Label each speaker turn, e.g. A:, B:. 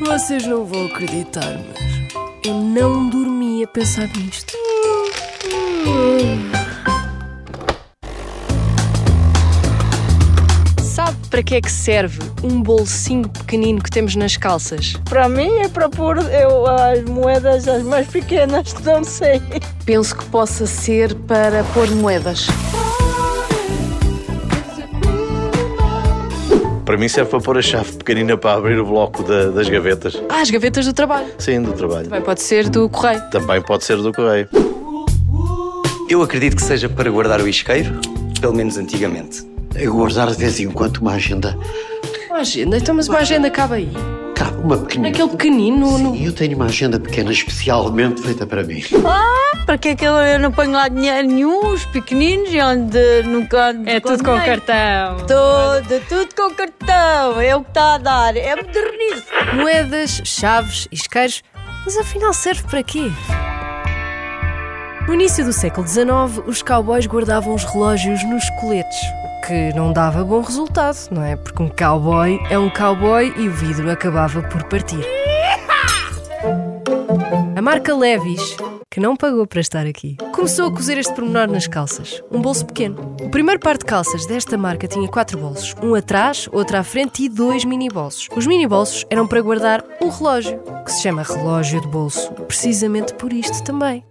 A: Vocês não vão acreditar, mas eu não dormi a pensar nisto. Sabe para que é que serve um bolsinho pequenino que temos nas calças?
B: Para mim é para pôr eu, as moedas as mais pequenas, não sei.
C: Penso que possa ser para pôr moedas.
D: Para mim serve para pôr a chave pequenina para abrir o bloco da- das gavetas.
A: Ah, as gavetas do trabalho.
D: Sim, do trabalho.
A: Também pode ser do correio.
D: Também pode ser do correio.
E: Eu acredito que seja para guardar o isqueiro, pelo menos antigamente.
F: Eu vou usar de vez em quando uma agenda.
A: Uma agenda, então, mas uma agenda acaba aí.
F: Cabe uma pequenina.
A: Naquele pequenino. no-
F: Sim, eu tenho uma agenda pequena especialmente feita para mim.
G: Para que é que eu eu não ponho lá dinheiro nenhum, os pequeninos, e onde nunca ando
H: É tudo com o cartão.
G: Tudo, tudo com cartão. É o que está a dar. É modernismo.
A: moedas, chaves, isqueiros, mas afinal serve para quê? No início do século XIX, os cowboys guardavam os relógios nos coletes, o que não dava bom resultado, não é? Porque um cowboy é um cowboy e o vidro acabava por partir. A marca Levis, que não pagou para estar aqui, começou a cozer este pormenor nas calças. Um bolso pequeno. O primeiro par de calças desta marca tinha quatro bolsos. Um atrás, outro à frente e dois mini bolsos. Os mini bolsos eram para guardar um relógio, que se chama relógio de bolso, precisamente por isto também.